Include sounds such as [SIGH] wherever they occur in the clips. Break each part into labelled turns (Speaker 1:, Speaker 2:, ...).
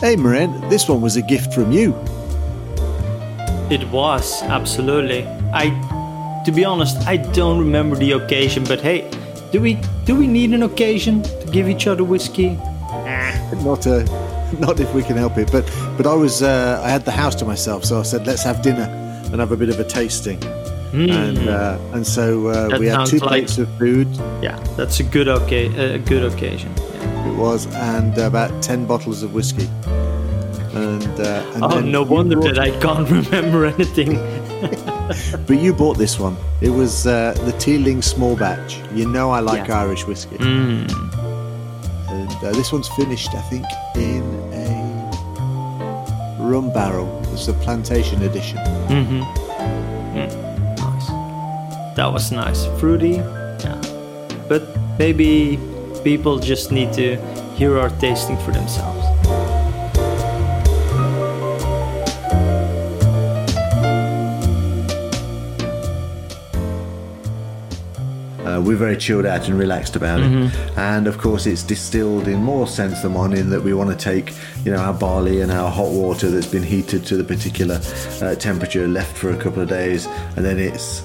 Speaker 1: Hey, Moran, this one was a gift from you.
Speaker 2: It was, absolutely. I to be honest, I don't remember the occasion, but hey, do we do we need an occasion to give each other whiskey?
Speaker 1: Not uh, [LAUGHS] not if we can help it, but but I was uh, I had the house to myself, so I said let's have dinner and have a bit of a tasting, and uh, and so uh,
Speaker 2: Hmm. That
Speaker 1: we had
Speaker 2: sounds
Speaker 1: two
Speaker 2: like-
Speaker 1: plates of food.
Speaker 2: Yeah, that's a good okay a good occasion. Yeah.
Speaker 1: It was and about ten bottles of whiskey. And, uh, and
Speaker 2: Oh,
Speaker 1: then
Speaker 2: no
Speaker 1: you
Speaker 2: wonder
Speaker 1: brought-
Speaker 2: that I can't [LAUGHS] remember anything.
Speaker 1: But you bought this one. It was uh, the Teeling Small Batch. You know I like
Speaker 2: Yeah.
Speaker 1: Irish whiskey. And uh, this one's finished, I think, in a rum barrel. It's the plantation edition.
Speaker 2: Nice. That was nice. Fruity. Yeah. But maybe people just need to hear our tasting for themselves.
Speaker 1: Uh, we're very chilled out and relaxed about it. And of course, it's distilled in more sense than one, in that we want to take, you know, our barley and our hot water that's been heated to the particular uh, temperature, left for a couple of days, and then it's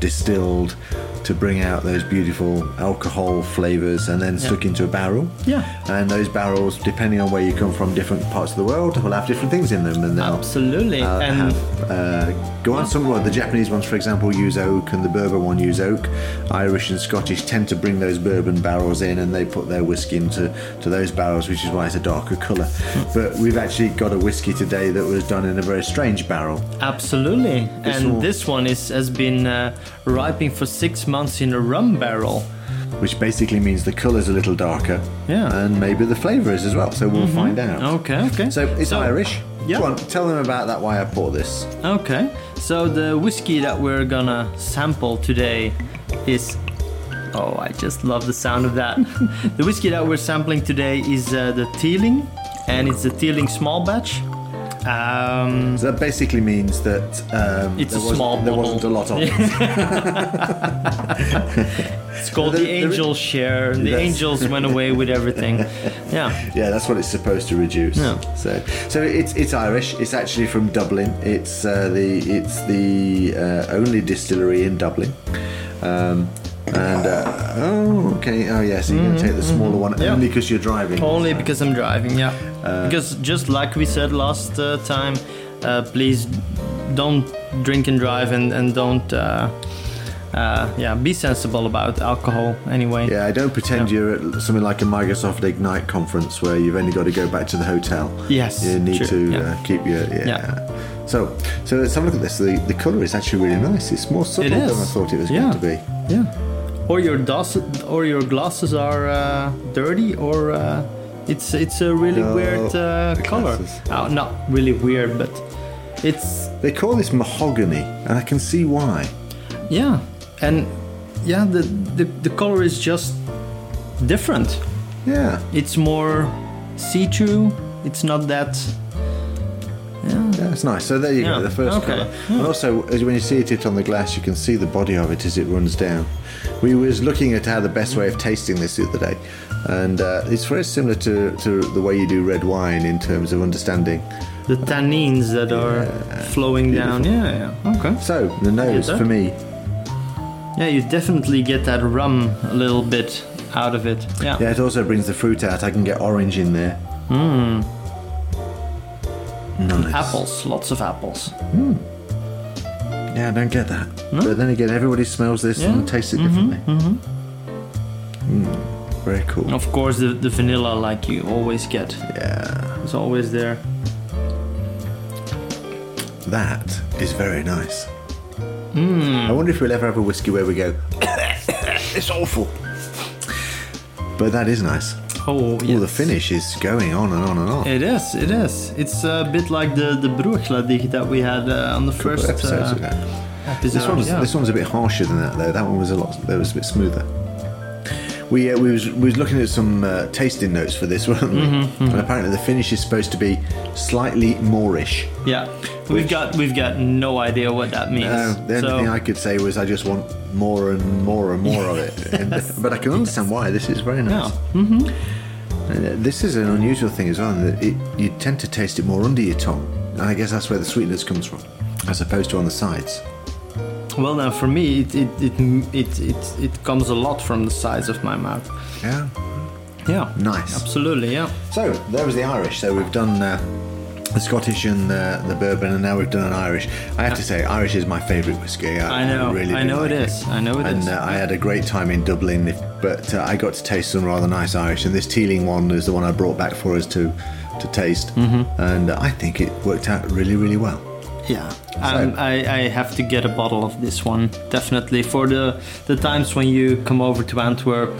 Speaker 1: distilled to bring out those beautiful alcohol flavors and then stuck into a barrel.
Speaker 2: Yeah.
Speaker 1: And those barrels, depending on where you come from, different parts of the world, will have different things in them. And they'll
Speaker 2: Absolutely.
Speaker 1: uh,
Speaker 2: and
Speaker 1: have uh, go on some well, the Japanese ones for example use oak and the bourbon one use oak Irish and Scottish tend to bring those bourbon barrels in and they put their whiskey into to those barrels which is why it's a darker colour but we've actually got a whiskey today that was done in a very strange barrel
Speaker 2: Absolutely. and
Speaker 1: one-
Speaker 2: this one is has been uh, ripening for six months in a rum barrel.
Speaker 1: which basically means the colour's a little darker
Speaker 2: Yeah. Mm-hmm.
Speaker 1: and maybe the flavour is as well so we'll find out
Speaker 2: Okay, okay.
Speaker 1: so it's Irish
Speaker 2: Yeah.
Speaker 1: Go on, tell them about that why I bought this
Speaker 2: Okay. So the whiskey that we're gonna sample today is. Oh, I just love the sound of
Speaker 1: [LAUGHS]
Speaker 2: that. the whiskey that we're sampling today is uh, the Teeling, and it's the Teeling small batch. Um,
Speaker 1: so that basically means that um,
Speaker 2: It's
Speaker 1: there,
Speaker 2: a
Speaker 1: wasn't,
Speaker 2: small
Speaker 1: there
Speaker 2: bottle.
Speaker 1: wasn't a lot of it
Speaker 2: it's called
Speaker 1: There-
Speaker 2: the
Speaker 1: there is-
Speaker 2: Angel Share. and The
Speaker 1: Yes.
Speaker 2: angels went away with everything.
Speaker 1: [LAUGHS]
Speaker 2: Yeah.
Speaker 1: Yeah, that's what it's supposed to reduce.
Speaker 2: Yeah.
Speaker 1: So, so it's it's Irish. It's actually from Dublin. It's uh, the it's the uh, only distillery in Dublin. Um, and uh, oh, okay. Oh, yeah. So you're going to take the smaller one only
Speaker 2: Mm-hmm. Yeah.
Speaker 1: only because you're driving.
Speaker 2: Only because I'm driving, yeah.
Speaker 1: Uh,
Speaker 2: because just like we said last uh, time, uh, please don't drink and drive and, and don't, uh, uh, yeah, be sensible about alcohol anyway.
Speaker 1: Yeah, I don't pretend you're at something like a Microsoft Ignite conference where you've only got to go back to the hotel.
Speaker 2: Yes,
Speaker 1: You need
Speaker 2: true,
Speaker 1: to
Speaker 2: yeah.
Speaker 1: uh, keep your yeah.
Speaker 2: Yeah.
Speaker 1: So, so let's have a look at this. The, the colour is actually really nice. It's more subtle than
Speaker 2: is.
Speaker 1: I thought it was
Speaker 2: Yeah.
Speaker 1: going to be.
Speaker 2: Yeah. Or your dos- or your glasses are uh, dirty, or uh, it's it's a really
Speaker 1: No,
Speaker 2: weird uh,
Speaker 1: the
Speaker 2: color.
Speaker 1: glasses.
Speaker 2: Oh, not really weird, but it's
Speaker 1: They call this mahogany, and I can see why.
Speaker 2: yeah, and yeah, the the, the color is just different.
Speaker 1: Yeah,
Speaker 2: it's more see-through. It's not that.
Speaker 1: yeah, that's nice. So there you
Speaker 2: Yeah,
Speaker 1: go, the first
Speaker 2: okay,
Speaker 1: colour. And also, as when you see it, it on the glass, you can see the body of it as it runs down. We was looking at how the best way of tasting this the other day, and uh, it's very similar to, to the way you do red wine in terms of understanding.
Speaker 2: The tannins that are flowing down. Yeah, yeah. Okay.
Speaker 1: So the nose
Speaker 2: that?
Speaker 1: for me,
Speaker 2: Yeah, you definitely get that rum a little bit out of it. Yeah.
Speaker 1: yeah, it also brings the fruit out. I can get orange in there. Mmm. Nice.
Speaker 2: Apples, lots of apples.
Speaker 1: Yeah, I don't get that. But then again, everybody smells this
Speaker 2: Yeah. Mm-hmm,
Speaker 1: and tastes it differently. Mm, very cool.
Speaker 2: Of course, the, the vanilla, like you always get,
Speaker 1: Yeah,
Speaker 2: is always there.
Speaker 1: that is very nice. Hmm. I wonder if we'll ever have a whiskey where we go, [COUGHS] it's awful. But that is nice.
Speaker 2: Oh, yeah.
Speaker 1: Well, the finish is going on and on and on.
Speaker 2: It is, it is. It's a bit like the the Broerkladig that we had uh, on the
Speaker 1: Couple
Speaker 2: first
Speaker 1: episodes
Speaker 2: uh,
Speaker 1: ago.
Speaker 2: episode.
Speaker 1: This one's
Speaker 2: yeah.
Speaker 1: this one's a bit harsher than that though. That one was a lot. That was a bit smoother. We uh, we was we was looking at some uh, tasting notes for this, weren't we?
Speaker 2: Mm-hmm,
Speaker 1: And apparently the finish is supposed to be slightly Moorish.
Speaker 2: yeah. We've got we've got no idea what that means.
Speaker 1: Uh, the only
Speaker 2: so,
Speaker 1: thing I could say was I just want
Speaker 2: [LAUGHS]
Speaker 1: more and more and more of it. And, but I can understand why. This is very nice.
Speaker 2: yeah.
Speaker 1: And uh, this is an unusual thing as well. in that It, you tend to taste it more under your tongue. And I guess that's where the sweetness comes from, as opposed to on the sides.
Speaker 2: Well, now for me, it it it it it, it comes a lot from the size of my mouth.
Speaker 1: Yeah.
Speaker 2: Yeah.
Speaker 1: Nice.
Speaker 2: Absolutely. Yeah.
Speaker 1: So there was the Irish. So we've done uh, the Scottish and the, the bourbon, and now we've done an Irish. I have to say, Irish is my favourite whiskey.
Speaker 2: I know.
Speaker 1: really
Speaker 2: I
Speaker 1: do
Speaker 2: know
Speaker 1: like
Speaker 2: it is. I know it is.
Speaker 1: and uh, I had a great time in Dublin, if, but uh, I got to taste some rather nice Irish, and this Teeling one is the one I brought back for us to to taste,
Speaker 2: Mm-hmm.
Speaker 1: and I think it worked out really, really well.
Speaker 2: Yeah, um, I, I have to get a bottle of this one definitely for the the times when you come over to Antwerp.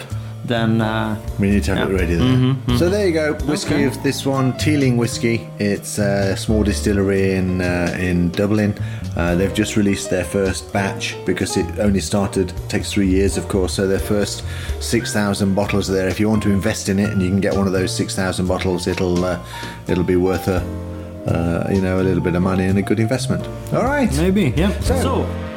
Speaker 2: Then uh,
Speaker 1: We need to have
Speaker 2: Yeah. Mm-hmm,
Speaker 1: it ready there. So there you go, whiskey
Speaker 2: Okay.
Speaker 1: of this one, Teeling whiskey. It's a small distillery in uh, in Dublin. Uh, they've just released their first batch because it only started takes three years, of course. So their first six thousand bottles are there. If you want to invest in it and you can get one of those six thousand bottles, it'll uh, it'll be worth a uh, you know a little bit of money and a good investment. All right.
Speaker 2: maybe yeah. So,